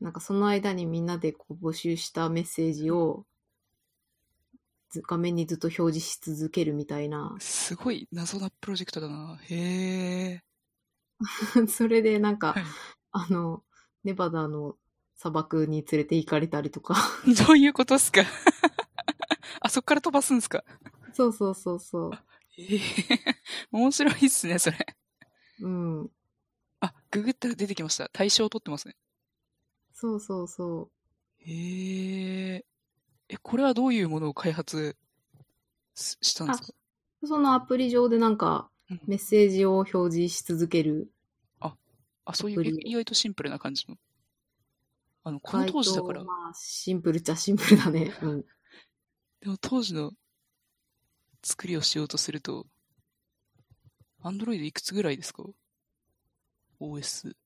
S2: なんかその間にみんなでこう募集したメッセージをず画面にずっと表示し続けるみたいな
S1: すごい謎なプロジェクトだな。へえ。
S2: それでなん
S1: は
S2: か、あの、ネバダの砂漠に連れて行かれたりとか。
S1: い。 どういうことっすか あ、そっから飛ばすんですか
S2: そうそうそうそ
S1: ええ。面白いっすね、それ。
S2: う。うん。
S1: あ、ググったら出てきました。対象を取ってますね。
S2: そうそうそ
S1: へえ。え、これはどういうものを開発すしたんですか
S2: う。そのアプリ上でなんか
S1: うん
S2: メッセージを表示し続ける。
S1: あ、そういう
S2: アプリ
S1: え意外とシンプルな感じの。あの、この当時だから
S2: 回答、まあ、シンプルっちゃシンプルだ ね。うん。
S1: でも当時の作りをしようとすると、アンドロイドいくつぐらいですか ?OS。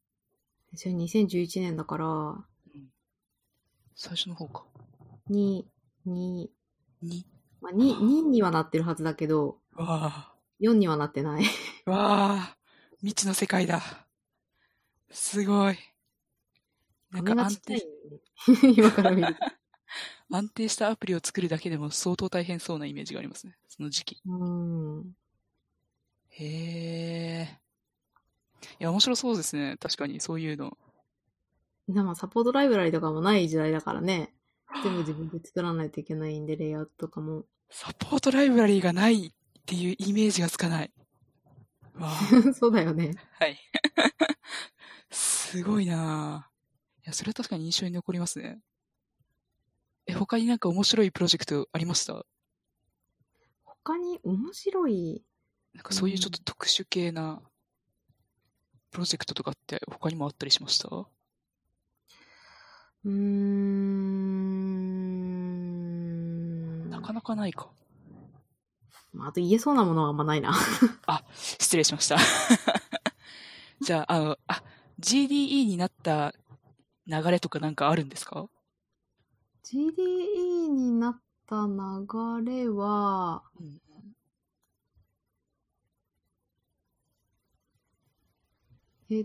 S2: それ2011年だから、
S1: 最初の方か。
S2: 2、2、
S1: に。
S2: まあ、2、2にはなってるはずだけど、
S1: わ
S2: 4にはなってない。
S1: あ。わあ。未知の世界だ。すごい。なん
S2: 画
S1: か
S2: 面が
S1: 安
S2: ちっちゃ
S1: 定
S2: いよね。 今から見ると。
S1: 安定したアプリを作るだけでも相当大変そうなイメージがありますね。その時期。
S2: うん。
S1: へえ。いや、面白そうですね。確かに、そういうの。
S2: でもサポートライブラリとかもない時代だからね。全部自分で作らないといけないんで、レイアウトとかも。
S1: サポートライブラリーがないっていうイメージがつかない。わあ。
S2: そうだよね。
S1: はい。すごいなぁ。いや、それは確かに印象に残りますね。え、他になんか面白いプロジェクトありました
S2: 他に面白い、
S1: なんかそういう
S2: うん
S1: ちょっと特殊系なプロジェクトとかって他にもあったりしました
S2: うーん。
S1: なかなかないか。
S2: まあ、あと言えそうなものはあんまない な。
S1: 失礼しました。 じゃあ、あの、あ、GDE になった流れとかなんかあるんですか
S2: GDE になった流れは、
S1: うん
S2: え、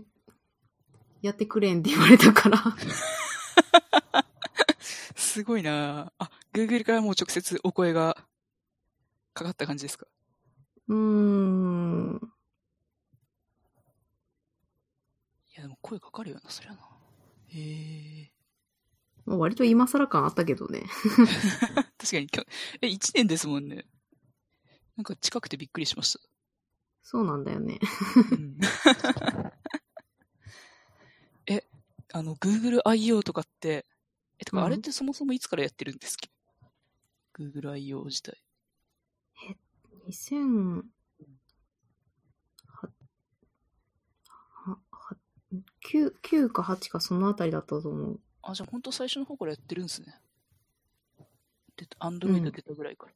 S2: やってくれんって言われたから。
S1: すごいなぁ。あ、Google からもう直接お声がかかった感じですか
S2: うーん。
S1: いや、でも声かかるよな、そりゃな。へえ。
S2: まあ割と今更感あったけどね。
S1: 確かにきょ、え、1年ですもんね。なんか近くてびっくりしまし
S2: そうなんだよね。
S1: た。うん、 え、あの、Google I.O. とかって、え、て
S2: う
S1: か、
S2: ん
S1: あれってそもそもいつからやってるんですっけ、?Google I.O. 自体。
S2: 2008はは9 9か8かそのあたりだったと思う。
S1: あ、じゃあ本当最初の方からやってるんですね。で、
S2: う
S1: Android
S2: ん
S1: 出たぐらいから。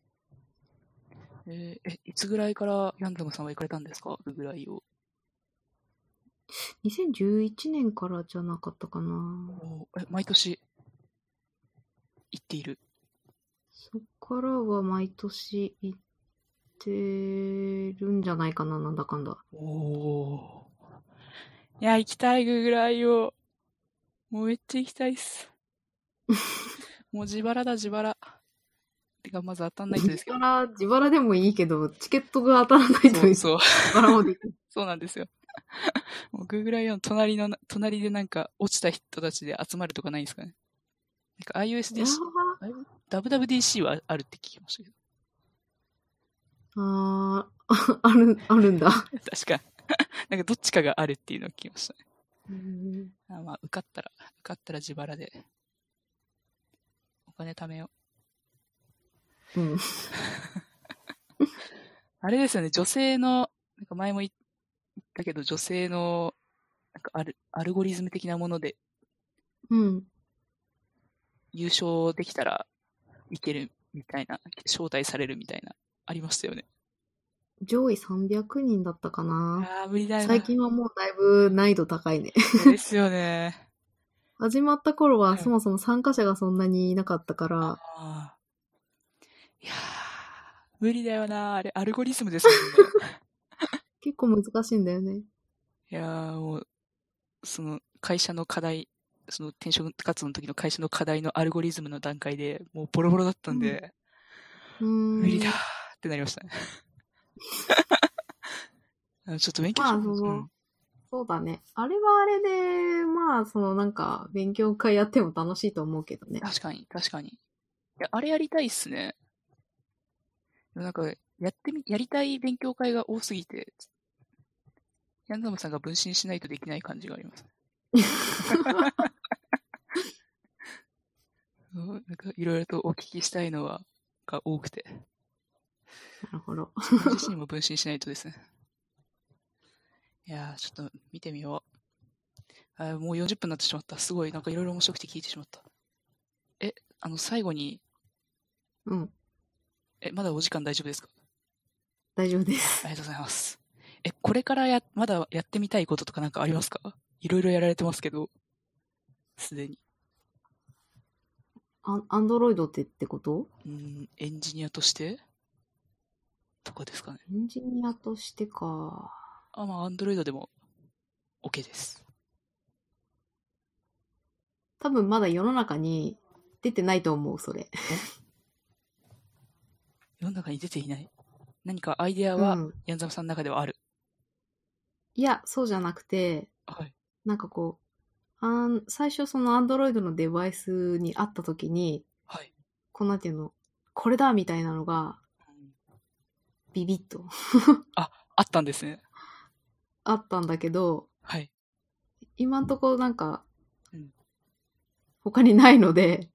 S1: えーえ、いつぐらいからヤンダムさんは行かれたんですか ?Google I.O.
S2: 2011年からじゃなかったかな。
S1: おーえ、毎年、行っている。
S2: そっからは毎年行ってるんじゃないかな、なんだかんだ。
S1: おお。いや、行きたい、Google I.O. もうめっちゃ行きたいっす。もう自腹だ、自腹。てか、まず当たんないとです
S2: 自
S1: けど。
S2: 腹、自腹でもいいけど、チケットが当たら ないと
S1: そう
S2: 自
S1: そう、
S2: 腹もできない。
S1: そうなんですよ。 もう Google I.O. の隣のな、隣でなんか落ちた人たちで集まるとかないんですかね。なんか
S2: いや
S1: IUSDC
S2: ー、
S1: WWDC はあるって聞きましたけど。
S2: あー ある、あるん だ。
S1: 確か。なんかどっちかがあるっていうのを聞きましたね。
S2: うん
S1: あまあ、受かったら、受かったら自腹で。お金貯めよう。
S2: うん。
S1: あれですよね、女性の、なんか前も言ったけど、女性の、なんかアルアルゴリズム的なもので
S2: うん。
S1: 優勝できたらいけるみたいな、招待されるみたいな、ありましたよね。
S2: 上位300人だったかな。
S1: ああ、無理だよな。
S2: 最近はもうだいぶ難易度高いね。
S1: そうですよね。
S2: 始まった頃
S1: う
S2: は
S1: ん
S2: そもそも参加者がそんなにいなかったから、
S1: あーいやー、無理だよな。あれ、アルゴリズムですもんね。
S2: 結構難しいんだよね。
S1: いやーもう、その会社の課題、その転職活動の時の会社の課題のアルゴリズムの段階でもうボロボロだったんで、
S2: うーん。
S1: 無理だーってなりましたね。 あのちょっと勉強しよう
S2: まあその
S1: うん
S2: そうだね。あれはあれで、まあ、そのなんか、勉強会やっても楽しいと思うけどね。
S1: 確かに、確かに。いや、あれやりたいっすね。でもなんか、やってみ、やりたい勉強会が多すぎて、ヤンザムさんが分身しないとできない感じがあり ます。 うんなんか、いろいろとお聞きしたいのは、が多くて、
S2: なるほど。
S1: 自分自身も分身しないとですね。いやー、ちょっと見てみよう。あーもう40分になってしまった。すごい、なんかいろいろ面白くて聞いてしまった。え、あの、最後に、
S2: うん。
S1: え、まだお時間大丈夫ですか
S2: 大丈夫です。
S1: ありがとうございます。え、これからや、まだやってみたいこととかなんかありますかいろいろやられてますけど、すでに。
S2: アアンドロイドってってこと
S1: うん、エンジニアとしてとかですかね。
S2: エンジニアとしてか。
S1: あ、まあ、アンドロイドでも OK です。
S2: 多分まだ世の中に出てないと思う、それ。
S1: 世の中に出ていない。何かアイデア
S2: う
S1: は、
S2: ん。
S1: ヤンザムさんの中ではある。
S2: いや、そうじゃなくて、
S1: はい。
S2: なんかこう、あん最初そのアンドロイドのデバイスにあった時に、
S1: はい。
S2: こうなんていうの、これだみたいなのが、
S1: うん
S2: ビビッと
S1: あったんですね。
S2: あったんだけど、
S1: はい。
S2: 今んとこなんか、
S1: うん
S2: 他にないので、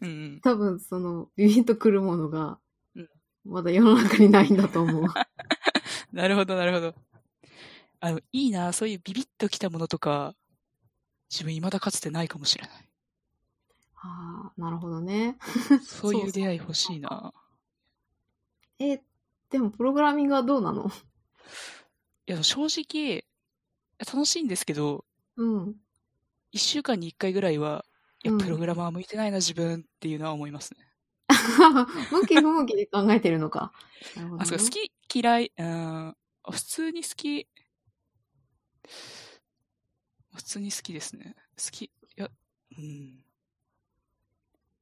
S1: うんうん。
S2: 多分その、ビビッとくるものが
S1: うん、
S2: まだ世の中にないんだ と思う。
S1: なるほど、なるほど。あの、いいな、そういうビビッときたものとか、自分未だかつてないかもしれない。
S2: ああ、なるほどね。
S1: そういう出会い欲しいな。
S2: え、でもプログラミングはどうなの
S1: いや、正直、楽しいんですけど、
S2: うん。
S1: 一週間に一回ぐらいは、いや、
S2: うん
S1: プログラマー向いてないな、自分っていうのは思いますね。
S2: 向き不向きで考えてるのか。なるほどね、
S1: あ、そうか、好き、嫌い、うーん、普通に好き、普通に好きですね。好き、いや、うん。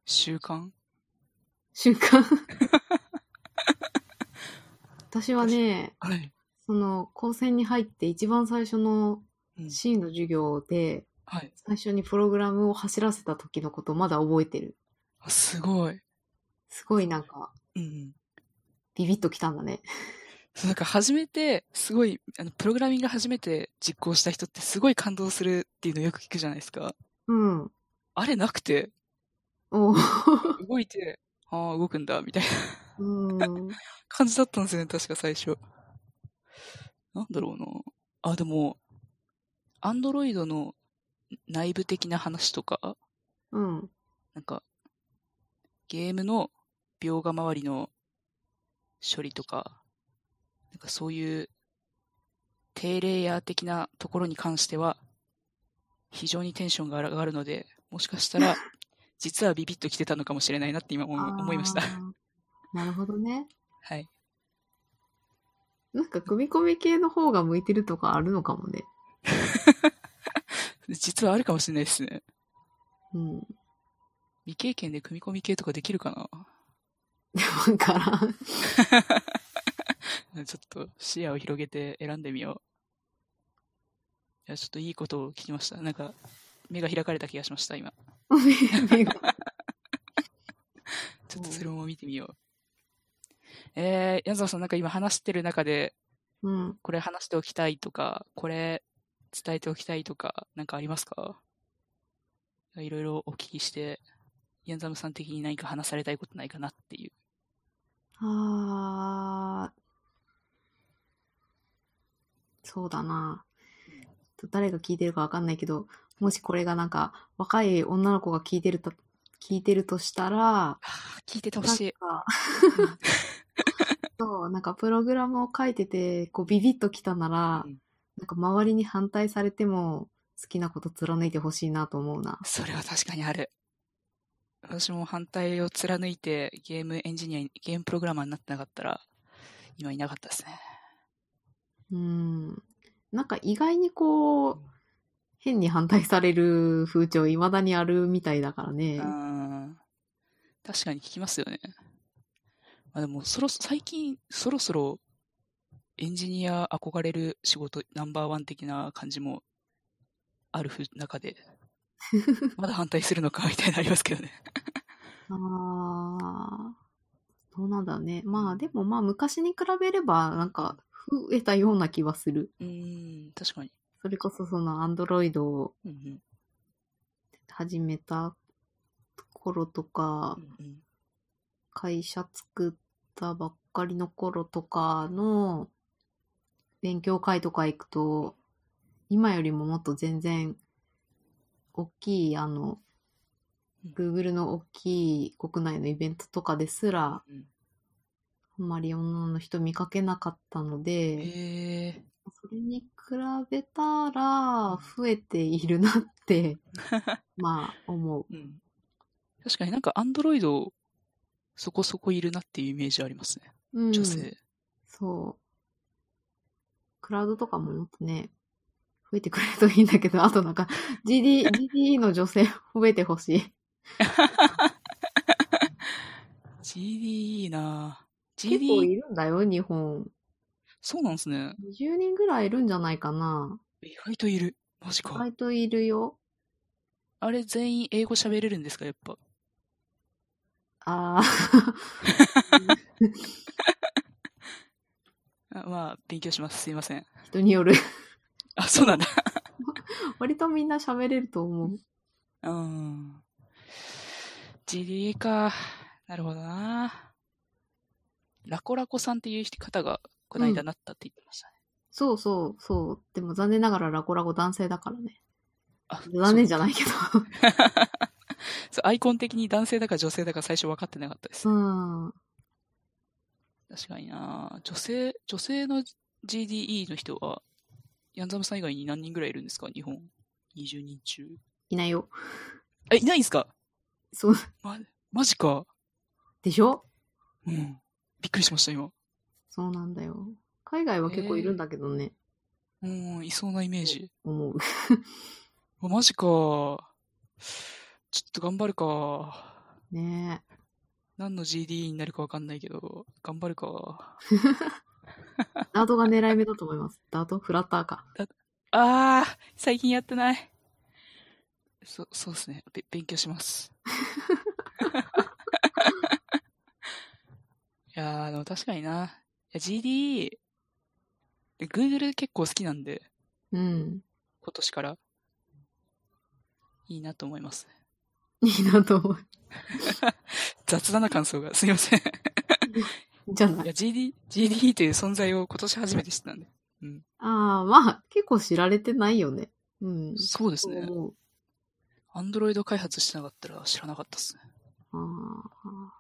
S1: 習慣
S2: 瞬間。私はね、
S1: はい。
S2: その、高専に入って一番最初の
S1: うん、
S2: シーンの授業で、
S1: はい。
S2: 最初にプログラムを走らせた時のことまだ覚えてる。
S1: あ、すごい。
S2: すごいなんか、
S1: うん。
S2: ビビッときたんだね。
S1: そうなんか初めて、すごい、あの、プログラミング初めて実行した人ってすごい感動するっていうのよく聞くじゃないですか。
S2: うん。
S1: あれなく て、
S2: おう
S1: 動いて、ああ、動くんだ、みたいな
S2: うん。
S1: 感じだったんですよね、確か最初。なんだろうな。あ、でも、アンドロイドの内部的な話とか、
S2: うん。
S1: なんか、ゲームの描画周りの処理とか、なんかそういう低レイヤー的なところに関しては、非常にテンションが上がるので、もしかした ら、実はビビッと来てたのかもしれないなって今思い 思いました
S2: あ。ー。なるほどね。
S1: はい。
S2: なんか、組み込み系の方が向いてるとかあるのかもね。
S1: 実はあるかもしれないですね。
S2: うん。
S1: 未経験で組み込み系とかできるか
S2: わから ん。
S1: なちょっと視野を広げて選んでみよう。いや、ちょっといいことを聞きました。なんか、目が開かれた気がしました、今。
S2: 目が
S1: ちょっとそれも見てみよう。えー、矢沢さん、なんか今話してる中で、
S2: うん。
S1: これ話しておきたいとか、これ伝えておきたいとか、なんかありますかいろいろお聞きして、ヤンザムさん的に何か話されたいことないかなっていう。
S2: あー。そうだな。ちょっと誰が聞いてるかわかんないけど、もしこれがなんか、若い女の子が聞いてると、聞いてるとしたら、
S1: あー聞いててほ
S2: なん
S1: し
S2: か
S1: い。、
S2: そう、なんかプログラムを書いてて、こうビビッときたなら、
S1: うん
S2: なんか周りに反対されても、好きなこと貫いてほしいなと思うな。
S1: それは確かにある。私も反対を貫いてゲームエンジニアに、ゲームプログラマーになってなかったら、今いなかったですね。
S2: うん。なんか意外にこ
S1: う、
S2: うん変に反対される風潮未だにあるみたいだからね。
S1: うん。確かに聞きますよね。まあでも、そろそ、最近、そろそろ、エンジニア憧れる仕事ナンバーワン的な感じもあるふ中 で、まだ反対するのかみたいになりますけどね。
S2: ああ、そうなんだね。まあでもまあ昔に比べればなんか増えたような気はする。
S1: うん、確かに。
S2: それこそそのアンドロイドを
S1: うんうん
S2: 始めた頃とか
S1: う、んうん
S2: 会社作ったばっかりの頃とかの勉強会とか行くと、今よりももっと全然大きいあの
S1: うん
S2: Google の大きい国内のイベントとかですら
S1: うん
S2: あんまり女の人見かけなかったので、
S1: へえ。
S2: それに比べたら増えているなって まあ思う。
S1: うん。確かになんか、アンドロイド、そこそこいるなっていうイメージありますね。
S2: うん、
S1: 女性。
S2: そう。クラウドとかももっとね、増えてくれるといいんだけど、 あとなんか GD、GD の女性 増えてほしい。
S1: GD いいなぁ
S2: 結構
S1: GD、
S2: いるんだよ、日本。
S1: そうなんですね。
S2: 20人ぐらいいるんじゃないかな。
S1: 意外といる。マジ
S2: 意
S1: か。
S2: 外といるよ。
S1: あれ全員英語喋れるんですか、やっぱ。
S2: ああ、
S1: あまあ、勉強します。すいません。
S2: 人による。
S1: あ、そうなんだ。
S2: 割とみんな喋れると思う。
S1: うん。GD か。なるほどな。ラコラコさんっていう方が、この間なったって言ってましたね。
S2: そうそう、そう。でも残念ながらラコラコ男性だからね。
S1: あ、
S2: 残念じ
S1: ゃ
S2: ゃないけど。
S1: そう、アイコン的に男性だか女性だか最初分かってなかったです。
S2: うん。
S1: 確かにな。女性、女性の GDE の人は、ヤンザムさん以外に何人ぐらいいるんですか日本。20人中。
S2: いないよ。
S1: え、いないんすか
S2: そう。
S1: マジか。
S2: でしょ
S1: うん。びっくりしました、今。
S2: そうなんだよ。海外は結構いるんだけどね。
S1: うん、いそうなイメージ。
S2: 思う。
S1: あマジか。ちょっと頑張るか。
S2: ねえ。
S1: 何の GD になるかわかんないけど、頑張るか。
S2: ダートが狙い目だと思います。ダートフラッターか。
S1: あー、最近やってない。そ、そうですね。べ勉強し ます。いやー、でも確かにな。いや、GD、で Google 結構好きなんで、
S2: うん。
S1: 今年から。いいなと思います。
S2: いいなと思う。
S1: 雑だな感想が。すいま せん。
S2: じゃない
S1: や、GD、GD という存在を今年初めて知ったんで。
S2: ああ、まあ、結構知られてないよね。うん。
S1: そうで
S2: です
S1: ね。
S2: 思う。
S1: アンドロイド開発してなかったら知らなかったですね。
S2: ああ。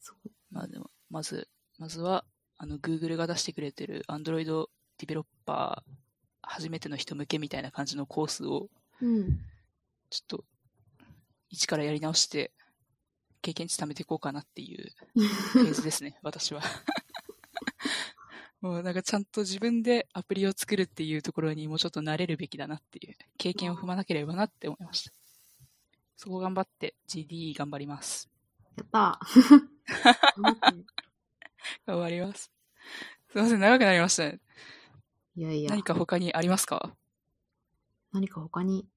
S2: そう。
S1: まあでも、まず、まずは、あの、Google が出してくれてるアンドロイドディベロッパー、初めての人向けみたいな感じのコースを、
S2: うん。
S1: ちょっと、一からやり直して、経験値貯めていこうかなっていうフェーズですね、私は。 もうなんかちゃんと自分でアプリを作るっていうところにもうちょっと慣れるべきだなっていう経験を踏まなければなって思いました。そこ頑張って GDE 頑張ります。
S2: やったー待って
S1: 頑張ります。すいません、長くなりましたね。
S2: いやいや、
S1: 何か他にありますか
S2: 何か他に。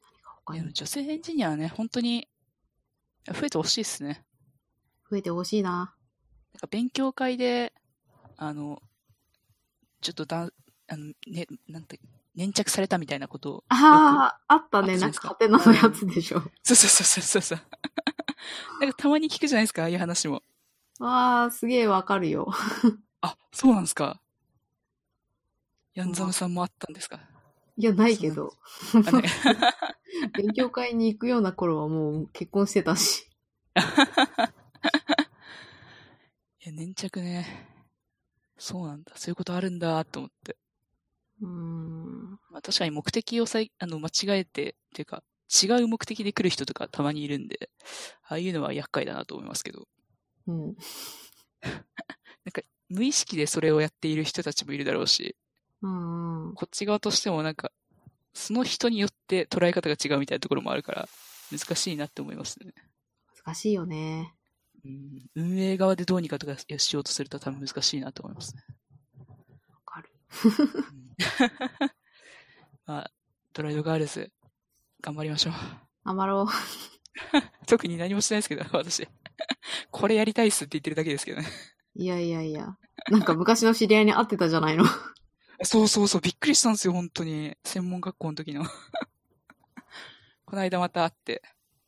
S2: 何か他
S1: いや
S2: に。
S1: 女性エンジニアはね、本当に増えてほしいですね。
S2: 増えてほしいな。
S1: なんか勉強会で、あの、ちょっとだん、あの、ね、なんて、粘着されたみたいなことを。
S2: ああ、あった
S1: あ
S2: ね。
S1: そう
S2: なん
S1: です
S2: か
S1: か
S2: ハテナのやつでしょ。
S1: そうそうそうそう そう。なんかたまに聞くじゃないですか、ああいう話も。
S2: わあ、すげえわかるよ。
S1: あ、そうなんですか。ヤンザムさんもあったんですか。
S2: いや、ないけど。
S1: あね
S2: 勉強会に行くような頃はもう結婚してたし。
S1: いや、粘着ね。そうなんだ。そういうことあるんだ、と思って。
S2: うーん。
S1: まあ、確かに目的をさいあの間違えて、っていうか、違う目的で来る人とかたまにいるんで、ああいうのは厄介だなと思いますけど、
S2: うん。
S1: 無意識でそれをやっている人たちもいるだろうし、
S2: うんうん。
S1: こっち側としてもなんか、その人によって捉え方が違うみたいなところもあるから、難しいなって思いますね。
S2: 難しいよね。
S1: うん、運営側でどうにかとかしようとすると多分難しいなと思いますね。
S2: わかる。
S1: まあ、ドライドガールズ、頑張りましょう。
S2: 頑張ろう。
S1: 特に何もしてないですけど、私。これやりたいっすって言ってるだけですけどね。
S2: いやいやいや。なんか昔の知り合いに会ってたじゃないの。
S1: そうそうそう、びっくりしたんですよ、本当に。専門学校の時の。 この間また会って、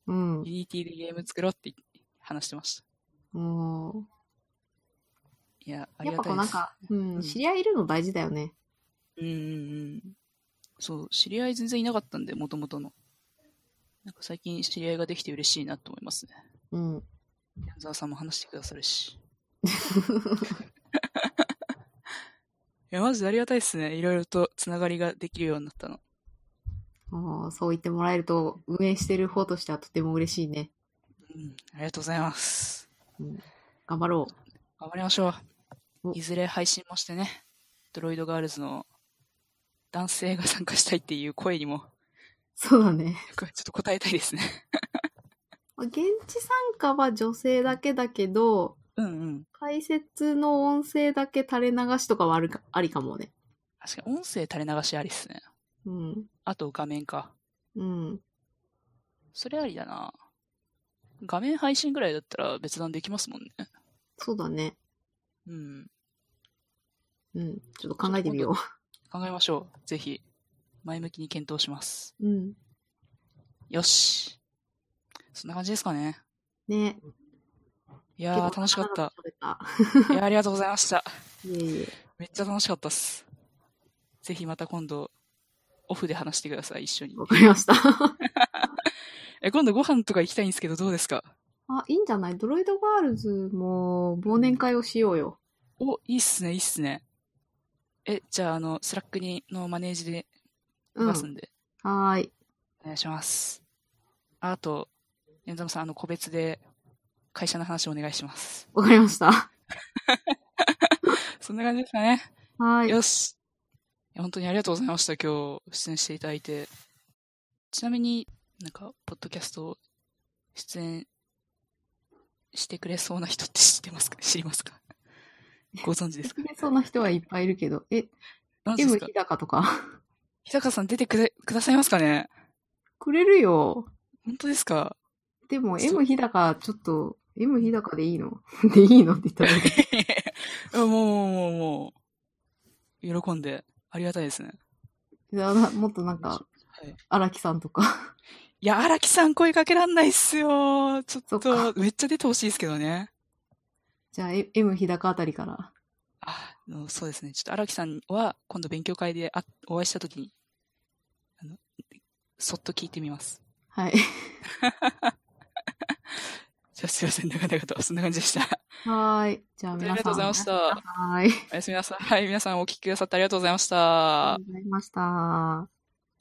S2: うん
S1: ユ。ニティでゲーム作ろうって話してました。
S2: も
S1: いや、あ
S2: う。や
S1: り
S2: っ
S1: が
S2: ぱ
S1: たい
S2: こう
S1: で
S2: なん
S1: す。
S2: か、う
S1: うん
S2: ん、知り合いいるの大事だよね。
S1: うんうんうん。そう、知り合い全然いなかったんで、もともとの。なんか最近知り合いができて嬉しいなと思いますね。
S2: うん。
S1: 矢沢さんも話してくださる し。いや、マジでありがたいですね。いろいろとつながりができるようになったの。
S2: ああ、そう言ってもらえると、運営してる方としてはとても嬉しいね。
S1: うん、ありがとうございます。
S2: 頑張ろう。
S1: 頑張りましょう
S2: お。
S1: いずれ配信もしてね、ドロイドガールズの男性が参加したいっていう声にも、
S2: そうだね。
S1: これちょっと答えたいですね。
S2: 現地参加は女性だけだけど、
S1: うんうん。
S2: 解説の音声だけ垂れ流しとかはあるか、ありかもね。
S1: 確かに音声垂れ流しありっすね。
S2: うん。
S1: あと画面か。
S2: うん。
S1: それありだな。画面配信ぐらいだったら別段できますもんね。
S2: そうだね。
S1: うん。
S2: うん。ちょっと考えてみよ
S1: 考えましょう。ぜひ、前向きに検討します。
S2: う。うん。
S1: よし。そんな感じですかね。
S2: ね。
S1: いやー、楽しか った。
S2: た。
S1: いやーありがとうございました。
S2: いえいえ。
S1: めっちゃ楽しかったっす。ぜひまた今度、オフで話してください、一緒に。
S2: わかりました。
S1: え、今度ご飯とか行きたいんですけど、どうですか
S2: あ、いいんじゃないドロイドガールズも忘年会をしようよ。
S1: お、いいっすね、いいっすね。え、じゃあ、あの、スラックにのマネージでい
S2: うん。
S1: ま
S2: は
S1: すんで、
S2: ーい。
S1: お願いします。あと、ヤンザムさん、あの、個別で会社の話お願いします。
S2: わかりました。は
S1: そんな感じですかね。
S2: ーい。
S1: よし。いや本当にありがとうございました。今日、出演していただいて。ちなみになんか、ポッドキャスト、出演してくれそうな人って知ってますか 知りますかご存知 ですか
S2: ねそうな人はいっぱいいるけど。え、
S1: 何で
S2: M
S1: すか
S2: 日高とか。
S1: 日高さん出てくれくださいますかね
S2: くれるよ。
S1: 本当です か
S2: でも
S1: そう
S2: M 日高、ちょっと、M 日高でいいの でいいのって言ったらい い。
S1: もう、もう、もう、もう、喜んで、ありがたいですね。
S2: あらもっとなんか
S1: はい、
S2: 荒、木さんとか。
S1: いや、荒木さん声かけらんないっすよ。ちょ
S2: そ
S1: っ
S2: っか
S1: と、めっちゃ出てほしいですけどね。
S2: じゃあ、え M 日高あたりから。
S1: ああのそうですね。ちょっと荒木さんは今度勉強会であお会いしたときにあの、そっと聞いてみます。
S2: はい。
S1: じゃあすいません、長々と。そんな感じでした。あ
S2: はーい。じゃあ
S1: り
S2: 皆さん。
S1: がとうございました。
S2: はーい。
S1: おやすみなさい。はい、皆さんお聞きくださってありがとうございまし
S2: あ
S1: た
S2: りがと。うございました。